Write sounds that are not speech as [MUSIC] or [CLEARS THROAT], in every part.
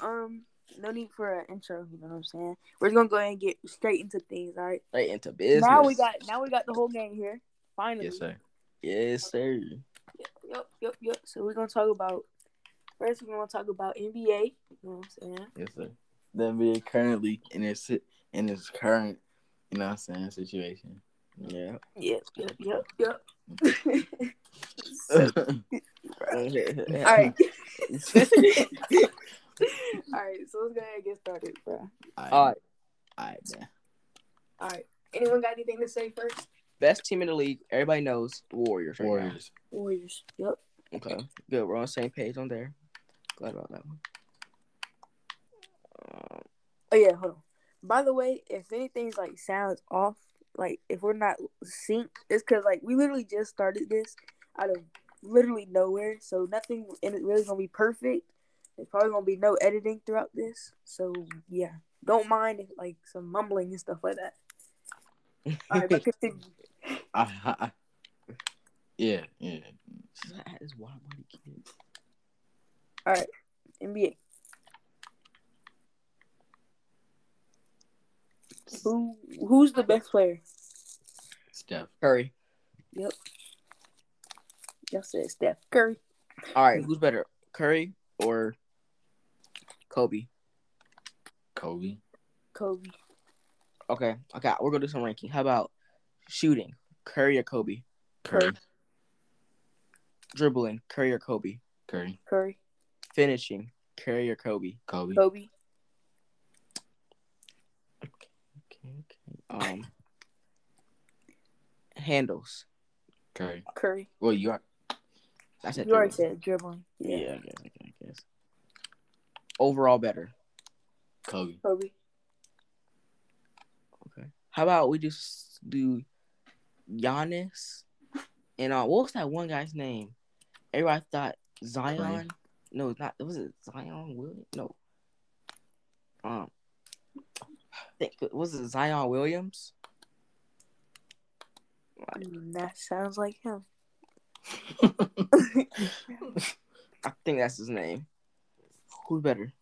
um, no need for an intro. You know what I'm saying? We're just gonna go ahead and get straight into things. All right. Straight into business. Now we got now we got the whole gang here. Finally. Yes, sir. Yes, sir. Yep, yep, yep. So we're gonna talk about first. We're gonna talk about NBA. You know what I'm saying? Yes, sir. The NBA currently in its in its current, you know, what I'm saying situation. [LAUGHS] Yeah. Yep, yep, yep, yep. All [LAUGHS] All [LAUGHS] right. All right. So let's go ahead and get started, bro. All right. All right, man. All right. Anyone got anything to say first? Best team in the league, everybody knows the Warriors. Right Warriors. Warriors. Warriors. [LAUGHS] Yep. Now. Okay. Good. We're on the same page on there. Glad about that one. Um, Oh yeah. Hold on. By the way, if anything's like sounds off, like if we're not synced, it's because like we literally just started this out of literally nowhere, so nothing and it really gonna be perfect. There's probably gonna be no editing throughout this, so yeah. Don't mind if, like some mumbling and stuff like that. All right, but continue. I, I, I, yeah, yeah. that is wild, buddy, kid. NBA. Who who's the best player? Steph. Curry. Y'all said Steph Curry. All right. Who's better, Curry or Kobe? Kobe. Kobe. Okay. Okay. We're gonna do some ranking. How about shooting, Curry or Kobe? Curry. Dribbling, Curry or Kobe? Curry. Curry. Finishing, Curry or Kobe? Kobe. Kobe. Okay. Okay. Um. handles. Curry. Curry. Well, you are. I said You already dribbling. said dribbling. Yeah. I guess. I guess. I guess. Overall, better. Kobe. Kobe. Okay. How about we just do Giannis and uh, what was that one guy's name? Everybody thought Zion. Zion. No, it's not. Was it Zion Williams? No. Um, I think was it Zion Williams? Mm, That sounds like [LAUGHS] him. [LAUGHS] I think that's his name. Who's better?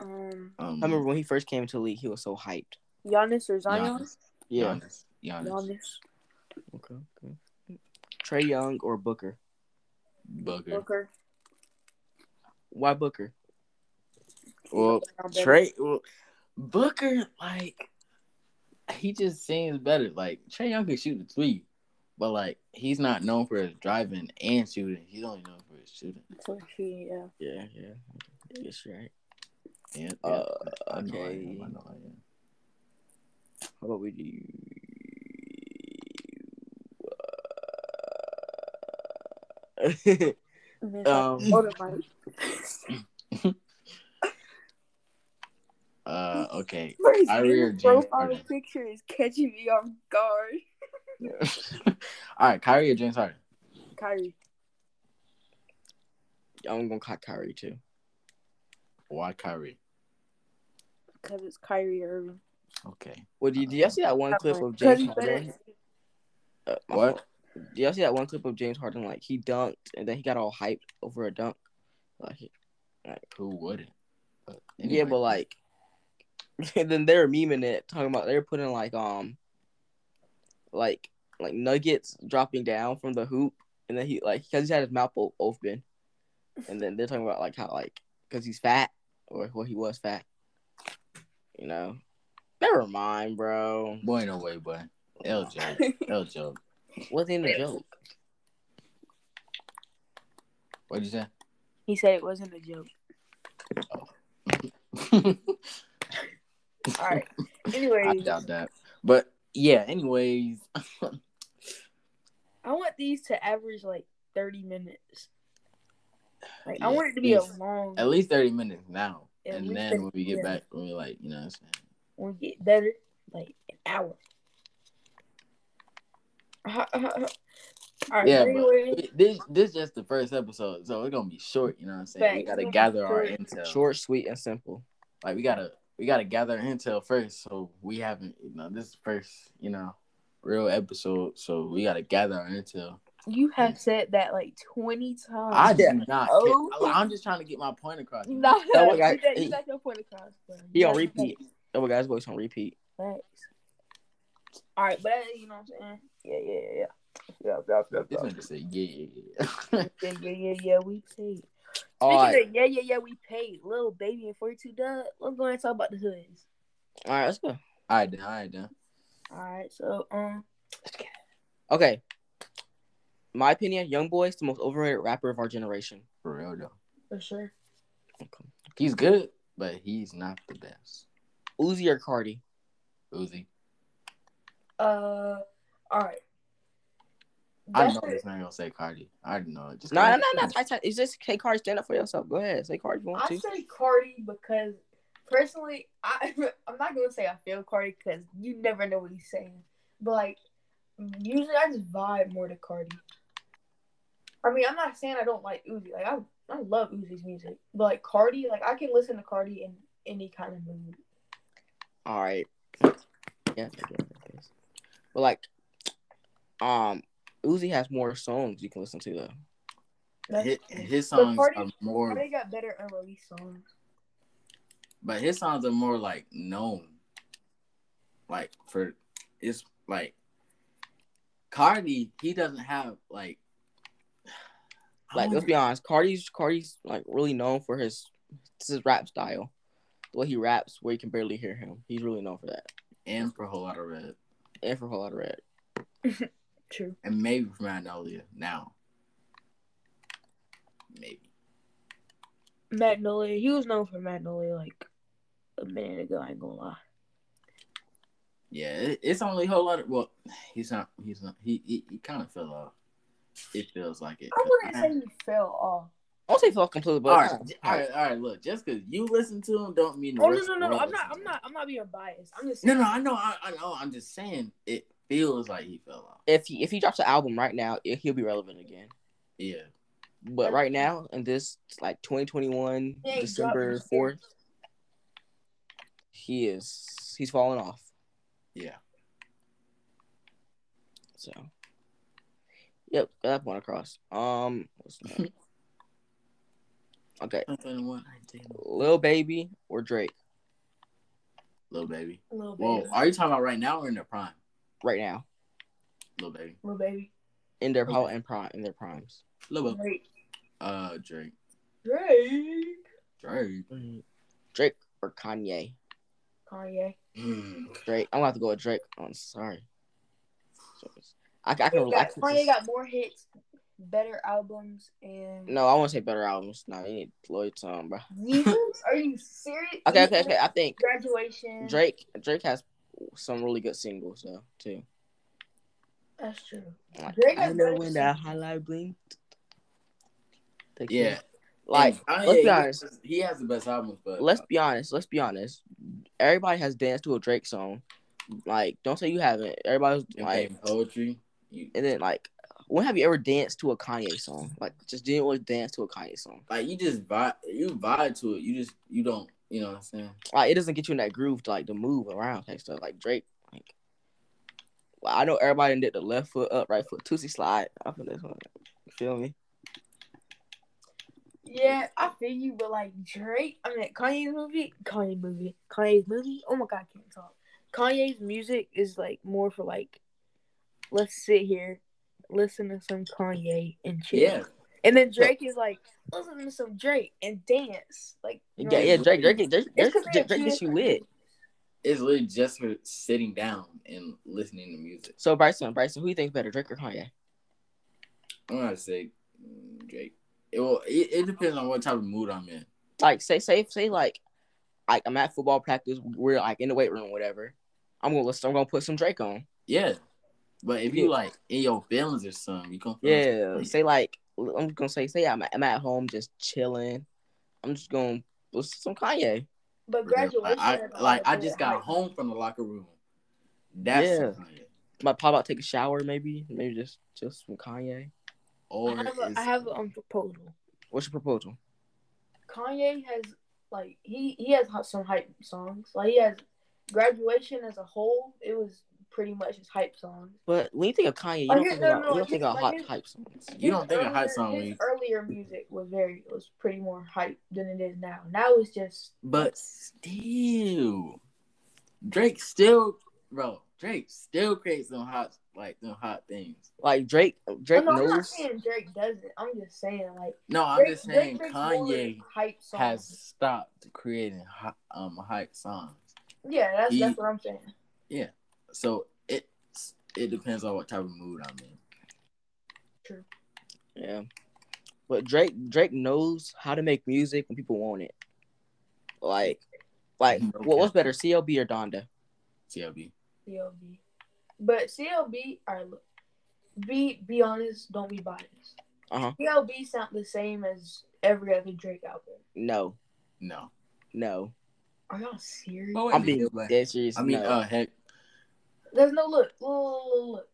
um, um, I remember when he first came into the league, he was so hyped. Giannis or Zion? Giannis. Yeah. Giannis. Giannis. Giannis. Okay. okay. Trey Young or Booker? Booker. Booker. Why Booker? Well, Better. Trey. Well, Booker, like, he just seems better. Like, Trey Young can shoot the three, but, like, he's not known for his driving and shooting. He's only known for his shooting. So she, yeah. Yeah, yeah. Yes, you're right. Yeah. yeah. Uh, I know I okay. am, I know I am. How about we do? [LAUGHS] Uh, Mhm. um, [LAUGHS] Hold it, Mike. [LAUGHS] Uh, okay. [LAUGHS] Bro, Kyrie or his James profile Harden? picture is catching me off guard. All right, Kyrie or James Harden? Kyrie. I'm gonna call Kyrie too. Why Kyrie? Because it's Kyrie Irving. Okay. Well, did, did y'all see that one clip of Because James he's better. Harden? Uh, my What? fault. Did y'all see that one clip of James Harden? Like he dunked and then he got all hyped over a dunk. Like, Who wouldn't? But yeah, anyway. but like, [LAUGHS] and then they were memeing it, talking about they were putting like um, like like nuggets dropping down from the hoop, and then he like because he had his mouth o- open, and then they're talking about like how like because he's fat or well he was fat, you know. Never mind, bro. boy, no way, boy. L [LAUGHS] joke. L joke. Wasn't a joke. What'd [LAUGHS] you [LAUGHS] he said it wasn't a joke. say? All [LAUGHS] right. I Anyways, doubt that. But yeah, anyways. I want these to average like 30 minutes. Like, I Yeah, want it to be a please. long. At least 30 minutes now. At and least then 30 when we get minutes. back, when we like, you know what I'm saying? We'll get better. Like, an hour. [LAUGHS] All right. Yeah, anyway, but this this just the first episode, so it's gonna be short, you know what I'm saying? We Facts. gotta It's gonna be gather our short. intel. Short, sweet, and simple. like we gotta we gotta gather intel first. So we haven't, you know, this is first, you know, real episode. So we gotta gather our intel. You have said that like twenty times. I [LAUGHS] do Yeah. not. Oh. care. I'm just trying to get my point across. you know? Nah, That one you guy- got- you he- got your point across. bro. You He on got your repeat. Oh my guy's voice on repeat. point. Facts. All right, but that- you know what I'm saying? Yeah, yeah, yeah, yeah, yeah, yeah, This yeah, nigga said, yeah, yeah, [LAUGHS] yeah. yeah, yeah, yeah, yeah. We paid. All Speaking right, of yeah, yeah, yeah, we paid. Little baby and forty two dub. Let's go ahead and talk about the hoods. all right, let's go. all right, then. All right, then. All right, so um, Okay, my opinion, Young Boy is the most overrated rapper of our generation. For real, though. for sure, Okay. He's good, but he's not the best. Uzi or Cardi? Uzi. uh, all right. I That's know it. this man gonna say Cardi. I know it. Just No, no, kinda- no. I said, it's just hey, Cardi, stand up for yourself. Go ahead, say Cardi if you want I to. say Cardi because personally, I [LAUGHS] I'm not gonna say I feel Cardi because you never know what he's saying. But like, usually I just vibe more to Cardi. I mean, I'm not saying I don't like Uzi. Like I I love Uzi's music, but like Cardi, like I can listen to Cardi in any kind of mood. All right. Yeah. okay, okay. But like, um, Uzi has more songs you can listen to though. That's- His, his songs Cardi- are more, Cardi got better unreleased songs. but his songs are more like known. Like for, it's like Cardi. He doesn't have like, I Like, don't let's be honest, Cardi's Cardi's like really known for his his rap style, the way he raps, where you can barely hear him. He's really known for that, and for a whole lot of red, and for a whole lot of red. True. and maybe for Magnolia now. Maybe Magnolia, he was known for Magnolia like a minute ago. I ain't gonna lie. yeah. It, it's only a whole lot of well. [SIGHS] He's not. He's not. He he, he kind of fell off. It feels like it. I wouldn't say he fell off. I don't say fuck completely, but all right, all right, all right. Look, just because you listen to him, don't mean. the Oh no rest no of no! the no. world I'm not listens I'm to him. not I'm not being biased. I'm just No, no, I know, I, I know. I'm just saying it feels like he fell off. If he if he drops an album right now, it, he'll be relevant again. Yeah, But right now, in this like 2021 Yeah, he dropped December his- fourth, he is he's falling off. yeah. So, yep, got that point across. Um, what's [LAUGHS] next? okay, 21, 19, Lil Baby or Drake Lil baby. little baby. Well, are you talking about right now or in their prime, right now Lil baby? little baby. in their Okay. power and prime in their primes. Lil baby. Drake. Uh, Drake. Drake. Drake. Drake or Kanye? Kanye. Mm. Drake. I'm gonna have to go with Drake. Oh, I'm sorry. I, I can Kanye got, relax. with Kanye this. got more hits, better albums, and No, I want to say better albums. No, you need Lloyd song, bro. Yeezus? Are you serious? Okay, okay, okay. Yeezus, I think Graduation. Drake. Drake has some really good singles though too. That's true. Like, Drake I has know better when that singles. highlight blinked. Take me. Yeah. Like, And let's be Kanye, honest. He has the best albums, but Let's be honest. Let's be honest. Everybody has danced to a Drake song. Like, don't say you haven't. Everybody's in like, like, poetry. You, and then like, when have you ever danced to a Kanye song? Like, just didn't want to dance to a Kanye song. like you just vibe, you vibe to it. You just you don't. You know what I'm saying? Like, it doesn't get you in that groove to like to move around type stuff. Like Drake. Like, well, I know everybody did the left foot up, right foot, tootsie slide. Up in this one. Feel me? Yeah, I feel you, but like Drake, I mean Kanye's movie, Kanye movie, Kanye's movie. Oh my god, I can't talk. Kanye's music is like more for like, let's sit here, listen to some Kanye and chill. Yeah. And then Drake is like, listen to some Drake and dance. Like, you know Yeah, what yeah. I mean? Drake, Drake, Drake, Drake, It's 'cause Drake, they're Drake gets you kids. lit. It's literally just for sitting down and listening to music. So Bryson, Bryson, who you think's better, Drake or Kanye? I'm gonna say mm, Drake. It will. It, it depends on what type of mood I'm in. Like, say, say, say, like, like I'm at football practice, we're like in the weight room, whatever. I'm gonna listen. I'm gonna put some Drake on. Yeah, but if you Yeah. like in your feelings or something, you gonna feel Yeah. some- Say like, I'm gonna say, say I'm, I'm at home just chilling. I'm just gonna listen to some Kanye. But graduation, I, has I- a lot like of I good just got hype. home from the locker room. That's Yeah. yeah. Might pop out, take a shower, maybe, maybe just just some Kanye. Or I have a, it's- I have a um, proposal. What's your proposal? Kanye has like he he has hot- some hype songs. Like he has graduation as a whole. It was pretty much his hype songs. But when you think of Kanye, you Like don't his- think no, about, no, you don't his- think of like hot his- hype songs. You don't think a hype Earlier- song his is- earlier music was very was pretty more hype than it is now. Now it's just But still, Drake still, bro. Drake still creates them hot, like them hot things. Like Drake, Drake no, no, I'm not knows. saying Drake doesn't. I'm just saying like No, I'm Drake, just saying Drake makes Kanye more hype songs. has stopped creating hot, um hype songs. yeah, that's he- that's what I'm saying. So it it depends on what type of mood I'm in. Yeah, but Drake, Drake knows how to make music when people want it. Like, like Mhm. what, what's better, CLB or Donda? CLB. CLB, but CLB, all right, look, be be honest, don't be biased. Uh Uh-huh. huh. CLB sound the same as every other Drake out there. No, No. no. Are y'all serious? Oh, wait, I'm they being do, but- dead serious. I mean, no. uh, heck, There's no look. Look, look, look, look.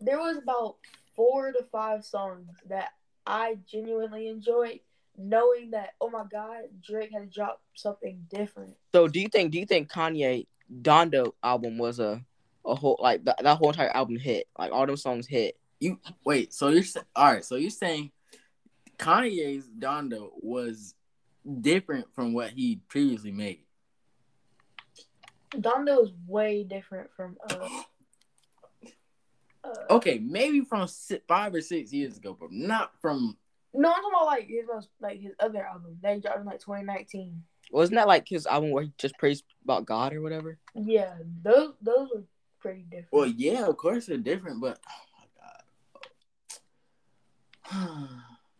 There was about four to five songs that I genuinely enjoyed, knowing that oh my god, Drake had dropped something different. so do you think? Do you think Kanye Donda album was a a whole like that, that whole entire album hit? Like all them songs hit. you wait. So you're sa- all right. So you're saying Kanye's Donda was different from what he previously made. Donda is way different from [GASPS] uh, uh Okay, maybe from si- five or six years ago, but not from. No, I'm talking about like his most like his other album that he dropped in like 2019. Wasn't that like his album where he just prays about God or whatever? Yeah, those those were pretty different. Well, yeah, of course they're different, but oh my god,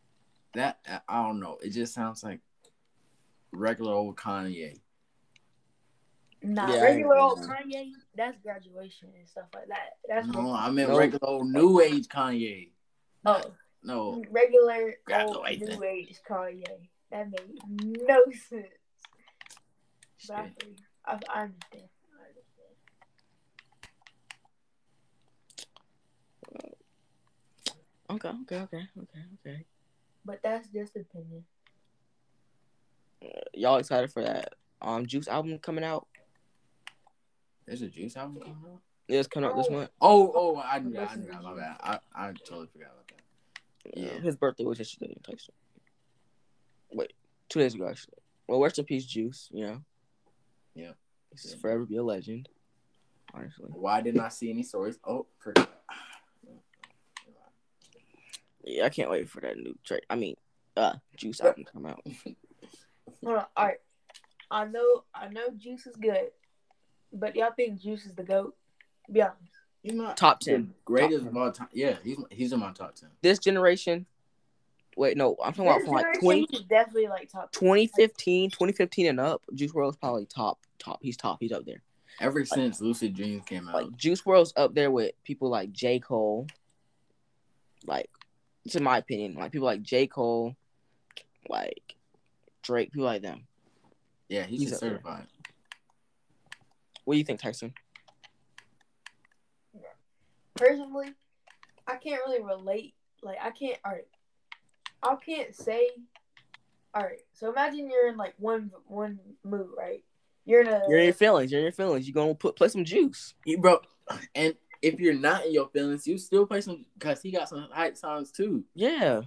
[SIGHS] that I- I don't know. It just sounds like regular old Kanye. nah, yeah, I regular ain't- old Kanye, that's graduation and stuff like that. That's No, I meant No. regular old new age Kanye. oh, No, regular old Graduation. new age Kanye. That made no sense. But I, shit. feel you. I, I understand. I understand. Okay, okay, okay, okay, okay. But that's just opinion. Y'all excited for that um Juice album coming out? there's a Juice album coming out. It's coming out this Oh. month. Oh, oh, I knew that. I knew that. My bad. I, I totally forgot about that. Yeah. His birthday was yesterday. Tyson. Wait, two days ago actually. Well, rest in peace, Juice. You know. Yeah. This is forever be a legend. Honestly. Why didn't I see any stories? Oh, for... Yeah, I can't wait for that new Drake. I mean, uh, Juice album to come out. Hold on. All right. I know I know Juice is good, but y'all think Juice is the goat? Be honest. [SIGHS] he's my Top ten. greatest Top of all time. Yeah, he's he's in my top ten. This generation. Wait, no, I'm talking about This from like generation, 20, he's definitely like top. 2015, 2015 and up. Juice World's probably top, top. He's top. He's up there. Ever since Lucid Dreams came out, like Juice World's up there with people like J. Cole. Like, it's in my opinion, like people like J. Cole, like Drake, people like them. yeah, he's, he's just up there. certified. What do you think, Tyson? Personally, I can't really relate. Like I can't. All right. I can't say. All right. So imagine you're in like one one mood, right? You're in a. You're in your feelings. You're in your feelings. You're gonna put play some juice. He bro, and if you're not in your feelings, you still play some because he got some hype songs too. Yeah.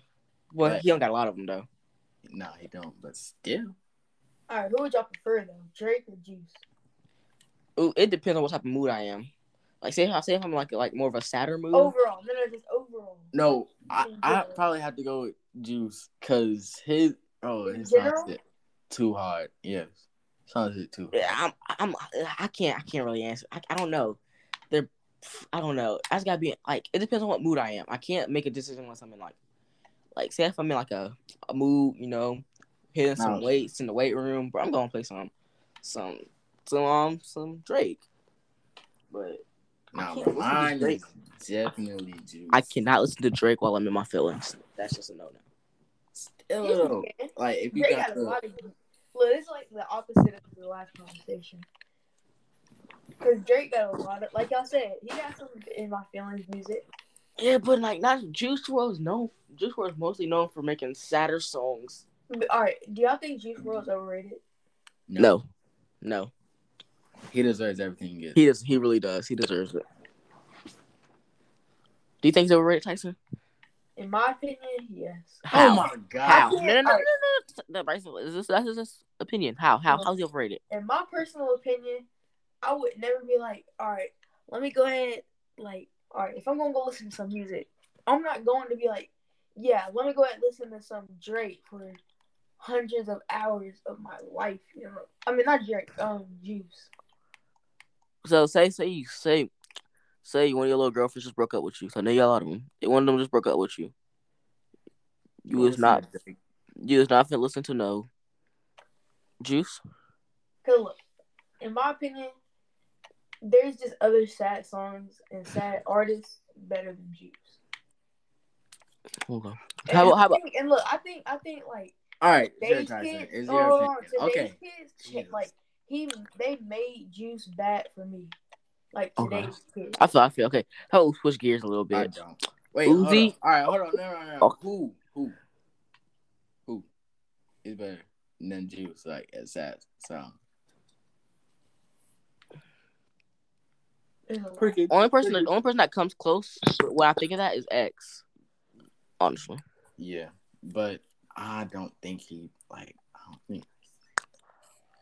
Well, Right. he don't got a lot of them though. Nah, he don't, but still, all right. Who would y'all prefer though, Drake or Juice? Ooh, it depends on what type of mood I am. Like, say how say if I'm like like more of a sadder mood. Overall, no, no, just overall. no, I I probably have to go with Juice because his oh In his general? songs hit too hard. Yes, songs hit too. Yeah, I'm, I'm, I can't, I can't really answer. I, I don't know. They're, I don't know. I just gotta be like, it depends on what mood I am. I can't make a decision unless I'm in like, like, say if I'm in like a, a mood, you know, hitting some Nice. weights in the weight room, but I'm gonna play some, some, some, um, some Drake. But I No, can't listen to mine Drake. is definitely Juice. I cannot listen to Drake while I'm in my feelings. That's just a no no. Yes, you Still, can. like if you Drake got got a the, lot of. Look, it's like the opposite of the last conversation. Cause Drake got a lot of, like y'all said, he got some in my feelings music. Yeah, but like, not Juice WRLD's known. Juice WRLD's mostly known for making sadder songs. But, all right, do y'all think Juice World's overrated? No, no. He deserves everything he gets. He does. He really does. He deserves it. Do you think he's overrated, Tyson? In my opinion, yes. How? Oh my How? god. No, no, no, no, no. no. That- Bryson, is this, that's his- his opinion. How? How? How's he overrated? In my personal opinion, I would never be like, all right, let me go ahead. Like, all right, if I'm gonna go listen to some music, I'm not going to be like, yeah, let me go ahead and listen to some Drake for hundreds of hours of my life. You know, I mean, not Drake, um, Juice. So say, say you say, say one of your little girlfriends just broke up with you. So now you got a lot of them. One of them just broke up with you. You was not. You was not finna listen to no. Juice. Cause look, in my opinion, there's just other sad songs and sad artists better than Juice. Hold on. And, How about- how I think- and look, I think I think like All right, Jared today's Tyson. kids, It's hold your on, opinion. Okay. today's kids, shit, Jesus. like he, they made Juice bad for me. Like Okay. today's kids, I feel. I feel okay. How about we switch gears a little I bit? don't. Wait, Uzi? hold on. All right, hold on. No, no, no. Oh. Who? Who? Who? Is better than Juice, like, as sad. So. There's a lot. Only person. The only person that comes close. When I think of that is X. Honestly. Yeah, but I don't think he, like, I don't think.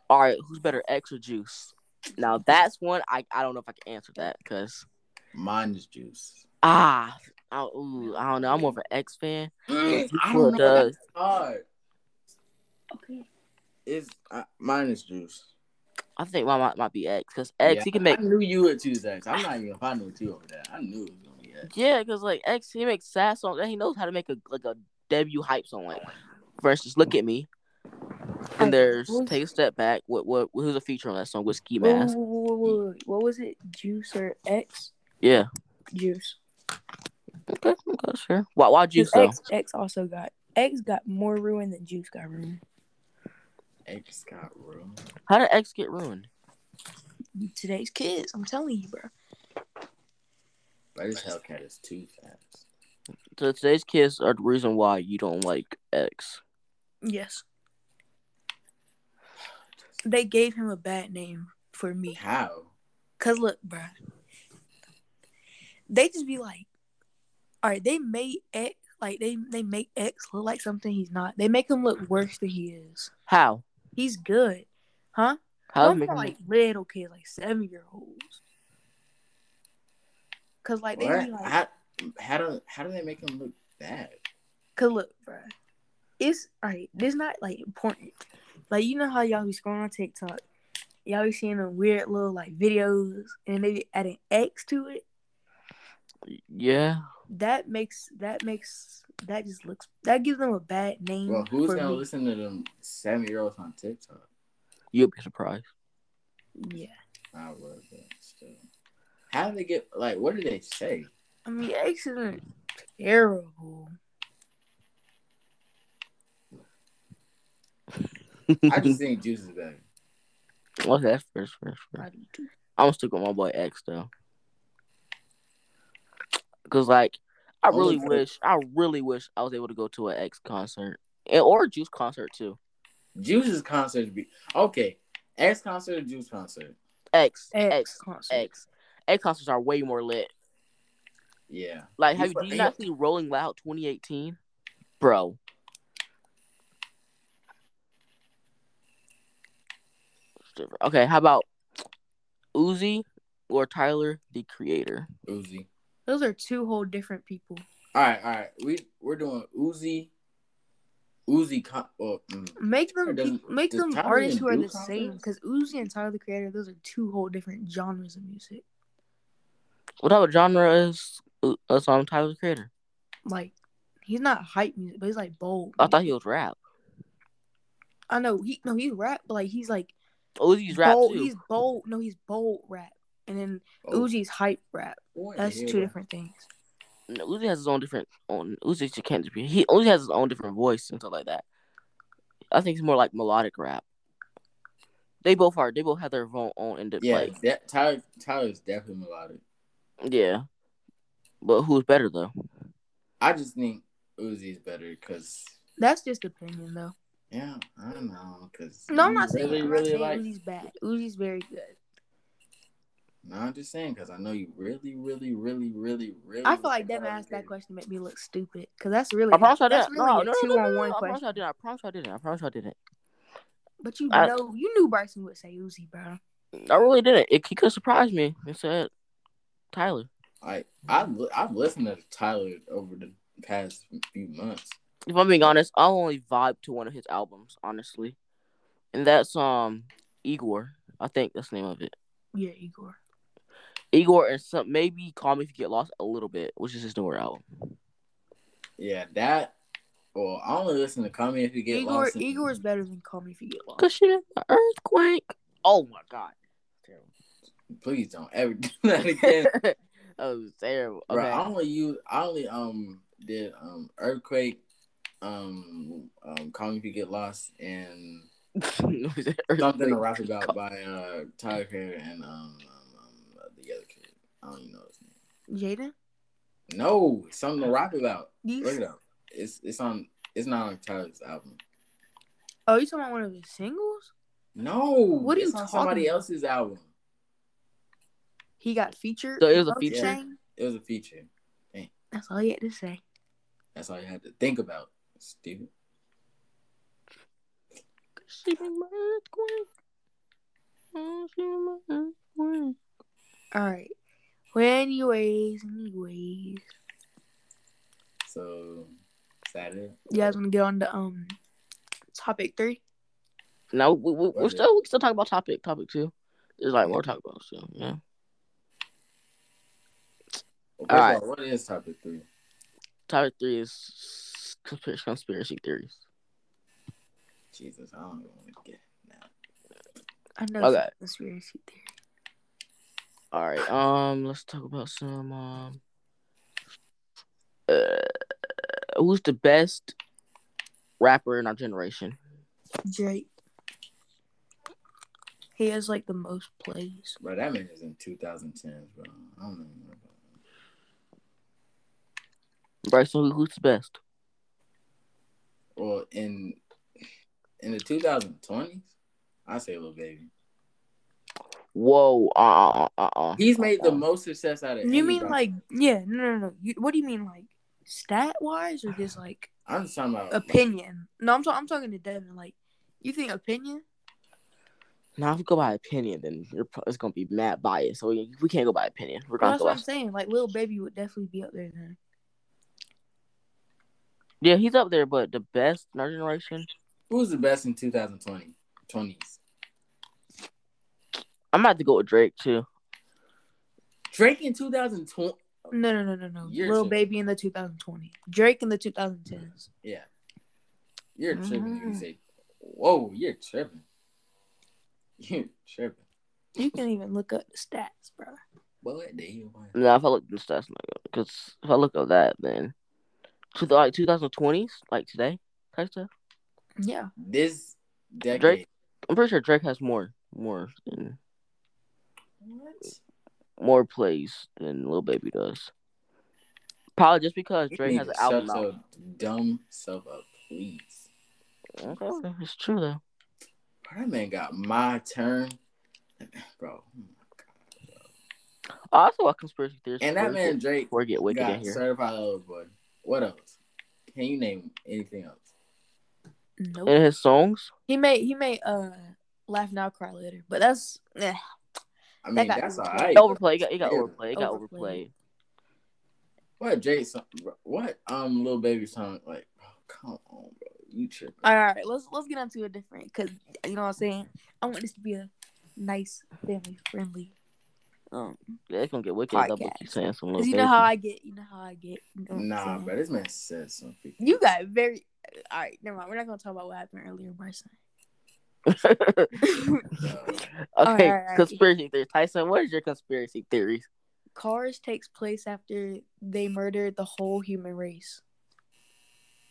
All right. Who's better, X or Juice? Now that's one I, I don't know if I can answer that because Mine is [GASPS] Juice. ah I, ooh, I don't know I'm more of an X fan. I don't Well, know. does. Hard. Okay. It's uh, mine is Juice. I think mine might, might be X because X Yeah, he can make I knew you would choose X. I'm not even if I knew two over that. I knew it was gonna be X. yeah because like X he makes sad songs and he knows how to make a like a debut hype song like versus look at me and there's Who's- take a step back what what who's a feature on that song with Ski Whoa, Mask whoa, whoa, whoa, whoa, whoa. What was it? Juice or X? yeah Juice. okay okay that's fair why why Juice 'Cause though X, X also got X got more ruin than Juice got ruin. X got room. how did X get ruined Today's kids, I'm telling you, bro. But this Hellcat is too fast. so today's kids are the reason why you don't like X Yes, they gave him a bad name for me. How? Cause look, bruh. They just be like, all right, they made X like they they make X look like something he's not. They make him look worse than he is. how He's good, huh? how I'm make talking him- like little kids, like seven year olds. Cause like they What? be like, How, how do how do they make him look bad? cause look, bruh. It's all right. This not like important. Like you know how y'all be scrolling on TikTok, y'all be seeing them weird little like videos, and they be adding X to it. yeah that makes that makes that just looks that gives them a bad name. Well, who's for gonna me. listen to them seven year olds on TikTok? you'll be surprised Yeah, I would, but still. How do they get like? What do they say? I mean, X isn't terrible. I [LAUGHS] just think Juice is better. okay that's fair, that's fair, that's fair. I do too. I'm gonna stick with my boy X though, cause like I Oh, really okay. wish, I really wish I was able to go to an X concert and or a Juice concert too. Juice's concert be okay. X concert, or Juice concert. X X, X concert. X X concerts are way more lit. Yeah. Like, You have you, put do you X- not see Rolling Loud 2018, bro? It's different. Okay, how about Uzi or Tyler the Creator? Uzi. Those are two whole different people. All right, all right. We we're doing Uzi. Uzi. Con- well, mm. Make them It doesn't- peop- make does them Tyler artists even who are do the same because Uzi and Tyler the Creator those are two whole different genres of music. What type of genre is uh, a song Tyler the Creator? Like he's not hype music, but he's like bold. I thought he was rap. I know he no he's rap, but like he's like Uzi's rap bold. too. He's bold. No, he's bold rap, and then Oh, Uzi's hype rap. what That's the two hell? different things. No, Uzi has his own different own Uzi just can't be he Uzi has his own different voice and stuff like that. I think it's more like melodic rap. They both are. They both have their own own end Yeah, like that Tyler Tyler's definitely melodic. yeah. But who's better though? I just think Uzi's better because That's just opinion, though. yeah, I don't know because No, I'm not saying really I'm not really saying like Uzi's bad. Uzi's very good. No, I'm just saying because I know you really, really, really, really, really. I feel like Devin asked that question to make me look stupid because that's really I promise I that's didn't. really No, a no, two no, no, on no, one no, I promise question. I didn't. I promise I didn't. I promise I didn't. But you I- know, you knew Bryson would say Uzi, bro. I really didn't. It, he could surprise me and said, "Tyler." Like I, li- I've listened to Tyler over the past few months. If I'm being honest, I only vibe to one of his albums, honestly, and that's um Igor. I think that's the name of it. Yeah, Igor. Igor and some maybe Call Me If You Get Lost a little bit, which is his newer album. Yeah, that. Well, I only listen to Call Me If You Get Igor. Lost. and- Igor is better than Call Me If You Get Lost. Cause she did the earthquake. Oh my god, terrible. Please don't ever do [LAUGHS] [LAUGHS] that again. [LAUGHS] that was terrible. Okay. Bro, I only use I only um did um earthquake, um um call me if you get lost and [LAUGHS] Was it something earthquake? to rap about by uh Tyler Perry and um, um, um uh, the other kid. I don't even know his name. Jaden, No, something to rap about. you. Look it up. It's it's on it's not on Tyler's album. Oh, you talking about one of his singles? No, What are it's you on somebody talking about? else's album. He got featured. So it was you a know what I'm feature? saying? It was a feature. That's all he had to say. That's all you had to think about, stupid. She been my earthquake. Oh, she been my earthquake. All right. Well, anyways, anyways, So is that it? you guys want to get on to um topic three? No, we, we, we're What is- still we still talk about topic topic two. There's like more to talk about. So yeah, Well, All first right. of all, what is topic three? topic three is conspiracy, conspiracy theories. Jesus, I don't want to get now. I know Okay. some conspiracy theory. All right. Um, let's talk about some um. Uh, who's the best rapper in our generation? Drake. He has like the most plays. Bro, that man is in 2010, bro. I don't even know. Bryson, who- who's the best? Well, in in the 2020s, I say Lil Baby. Whoa. Uh. Uh. Uh. uh He's made the most success out of. You mean anybody. like yeah? No, no, no. You, what do you mean like stat wise or just like I'm just talking about opinion? No, I'm ta- I'm talking to Devin. Like, you think opinion? Now, if we go by opinion, then you're pro- it's gonna be mad biased. So we, we can't go by opinion. We're Well, gonna that's go what by. I'm saying. Like, little baby would definitely be up there then. Yeah, he's up there, but the best in our generation. who's the best in 2020 20s. I'm about to go with Drake too. Drake in 2020. No, no, no, no, no. You're Little tripping. baby in the 2020. Drake in the 2010s. Yeah, you're tripping. if You Mhm. say, "Whoa, you're tripping." You're tripping. You can even look up the stats, bro. But what do you want? No, if I look at the stats, because if I look at that, then to the, like 2020s, like today type stuff. Yeah. This decade. Drake? I'm pretty sure Drake has more, more, than, What? more plays than Lil Baby does. Probably just because Drake You has an need to album shut out. your dumb self up, please. Okay, okay, it's true though. Bro, That man got my turn, [CLEARS THROAT] bro. hmm. Also, a conspiracy theory. And that man Drake before we get wicked in got here. certified lover boy. What else? Can you name anything else? Nope. In his songs, He may he may uh laugh now, cry later. But that's eh. I mean, got [LAUGHS] that's all overplayed. right. overplay. It got, it got Yeah. overplay. It got Overplayed. overplayed. What Drake song? bro, What um little baby song? Like, bro, come on, bro. You tripping? All right, let's let's get into a different because you know what I'm saying. I want this to be a nice, family friendly. Um, Yeah, it's gonna get wicked. if I book you Podcast. saying some 'cause little you know how I get. You know how I get. You know what I'm Nah, saying? bro. This man said something. You got very. All right, never mind. We're not gonna talk about what happened earlier, Bryson. okay, [LAUGHS] Alright, alright. conspiracy theory. Tyson, what is your conspiracy theories? [LAUGHS] Cars takes place after they murdered the whole human race.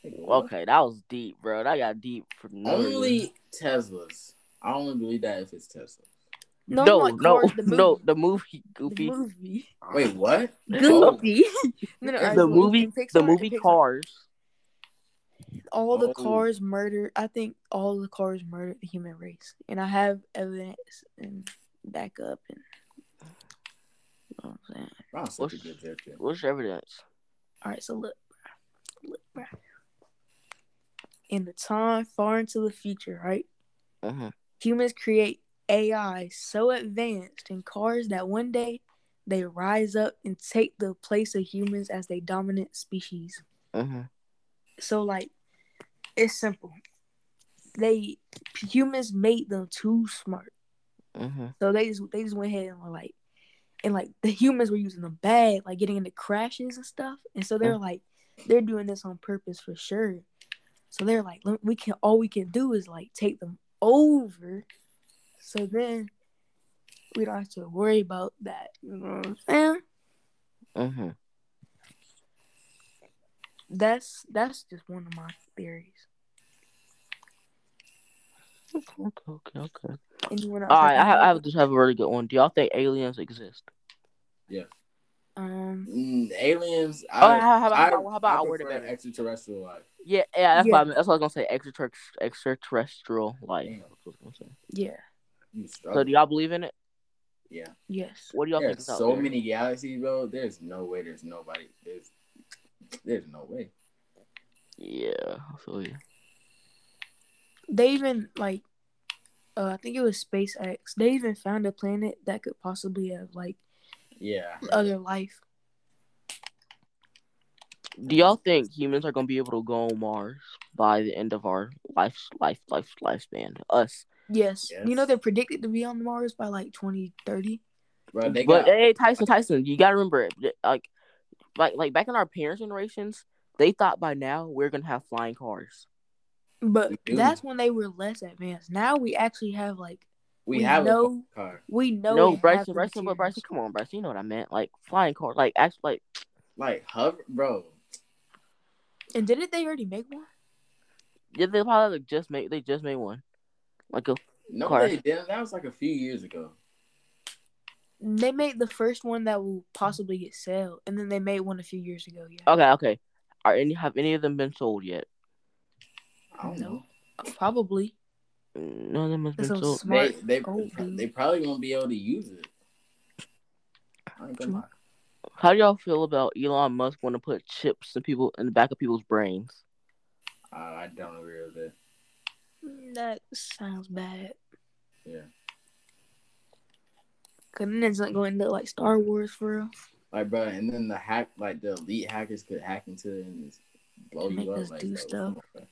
Okay, that was deep, bro. That got deep for no reason. Only Teslas. I only believe that if it's Tesla. No, No, no, like [LAUGHS] no, Cars, the movie. the movie The Goofy. movie. Wait, what? Oh, Goofy. [LAUGHS] no, no, The alright, The so in movie, the in movie Pixar, Cars. All the Oh. cars murdered. I think all the cars murdered the human race, and I have evidence and backup. And You know what I'm saying? Brown's such a good judge. What's your evidence? All right, so look, bruh. look, bruh. In the time far into the future, right? Uh-huh. Humans create AI so advanced in cars that one day they rise up and take the place of humans as they dominant species. Uh-huh. So like, it's simple. They humans made them too smart. Uh-huh. So they just they just went ahead and were like, and like the humans were using them bad, like getting into crashes and stuff. And so Oh. they're like, they're doing this on purpose for sure. So they're like, "Look, we can all we can do is like take them over, so then we don't have to worry about that. You know what I'm saying? Uh-huh. That's that's just one of my theories. Okay, okay, okay. Anyone else? All right, I have, I have have just have a really good one. Do y'all think aliens exist? um. Mm, aliens. Oh, how- how about- I- how about I word it prefer better? Extraterrestrial life. Yeah, yeah, that's Yeah. what I meant. That's what I was gonna say. Extraterrex- extraterrestrial life. Damn. That's what I was gonna say. Yeah. You So struggle. do y'all believe in it? yeah. Yes. What do y'all think There's is out so there? many galaxies, bro. There's no way. There's nobody. There's there's no way. Yeah, I feel you. They even like, uh, I think it was SpaceX. They even found a planet that could possibly have like Yeah. other life. Do y'all think humans are gonna be able to go on Mars by the end of our life, life, life, lifespan? Us, Yes. You know Yes. they're predicted to be on Mars by like 2030. Bro, they but got hey, Tyson, Tyson, you gotta remember, it, like, like, like back in our parents' generations, they thought by now we're gonna have flying cars. But We do. that's when they were less advanced. Now we actually have like we, we have a know- fucking car. we know. No, it have Bryson, the Bryson, but materials. Bryson, come on, Bryson, you know what I meant? Like flying cars, like actually, like Like hover, bro. And didn't they already make one? yeah, they probably like, just made they just made one, like a No, Car. they didn't. That was like a few years ago. They made the first one that will possibly get sailed, and then they made one a few years ago. Yeah, okay, okay. Are any have any of them been sold yet? I don't No. know. probably. None of them has been It's so sold. smart. Oh. They they Oh, they probably won't be able to use it. I ain't gonna True. lie. How do y'all feel about Elon Musk want to put chips in people in the back of people's brains? Uh, I don't agree with it. that sounds bad. Yeah. Cause then it's not going to look like Star Wars for real. Like, bro, and then the hack, like the elite hackers could hack into it and just blow Make you us up. Like, do bro, stuff. come on, bro.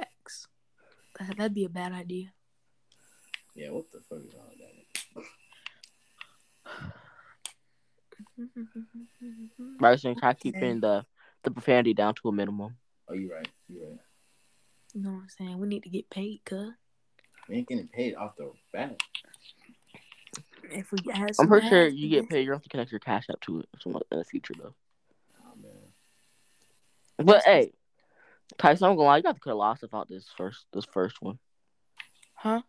Facts. That- That'd be a bad idea. Yeah, what the fuck is all that? Bryson, try keeping Okay. the the profanity down to a minimum. Oh, you right. You right. You know what I'm saying? We need to get paid, cuz. We ain't getting paid off the bat. If we had I'm some pretty sure ads you for get this- paid. You don't have to connect your cash app to it or something in the future though. Oh, man. But hey, Tyson, I'm gonna lie. You got to cut a lot of stuff out this first this first one. Huh?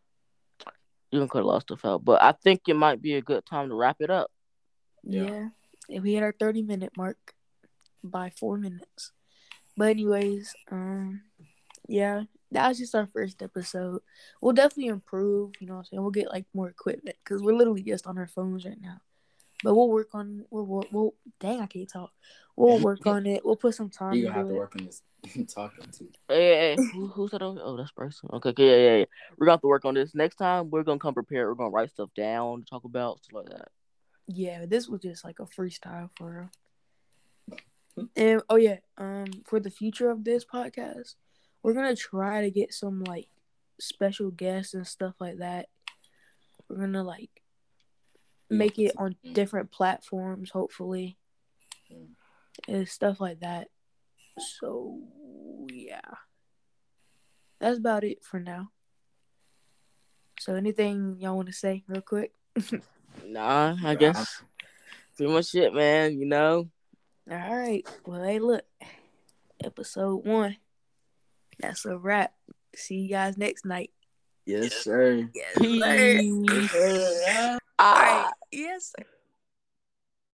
You can cut a lot of stuff out, but I think it might be a good time to wrap it up. Yeah. Yeah. If we hit our 30 minute mark by four minutes. But, anyways, um, yeah, that was just our first episode. We'll definitely improve, you know what I'm saying? We'll get like more equipment because we're literally just on our phones right now. But we'll work on we'll, we'll, we'll dang I can't talk. We'll work on it. We'll put some time. You into gonna have to it. work on this [LAUGHS] talking too. Hey, hey, hey, who, who said? Oh, oh, that's Bryson. Okay, okay, yeah, yeah, yeah. We're gonna have to work on this next time. We're gonna come prepared. We're gonna write stuff down, talk about stuff like that. Yeah, this was just like a freestyle for real. And oh yeah, um, for the future of this podcast, we're gonna try to get some like special guests and stuff like that. We're gonna like make it on different platforms, hopefully, and stuff like that. So yeah, that's about it for now. So anything y'all want to say real quick? Nah, I Yeah. guess pretty much it, man. You know, All right. Well, hey, look. Episode one. That's a wrap. See you guys next night. Yes, sir. Yes, peace. All right. Yes, sir.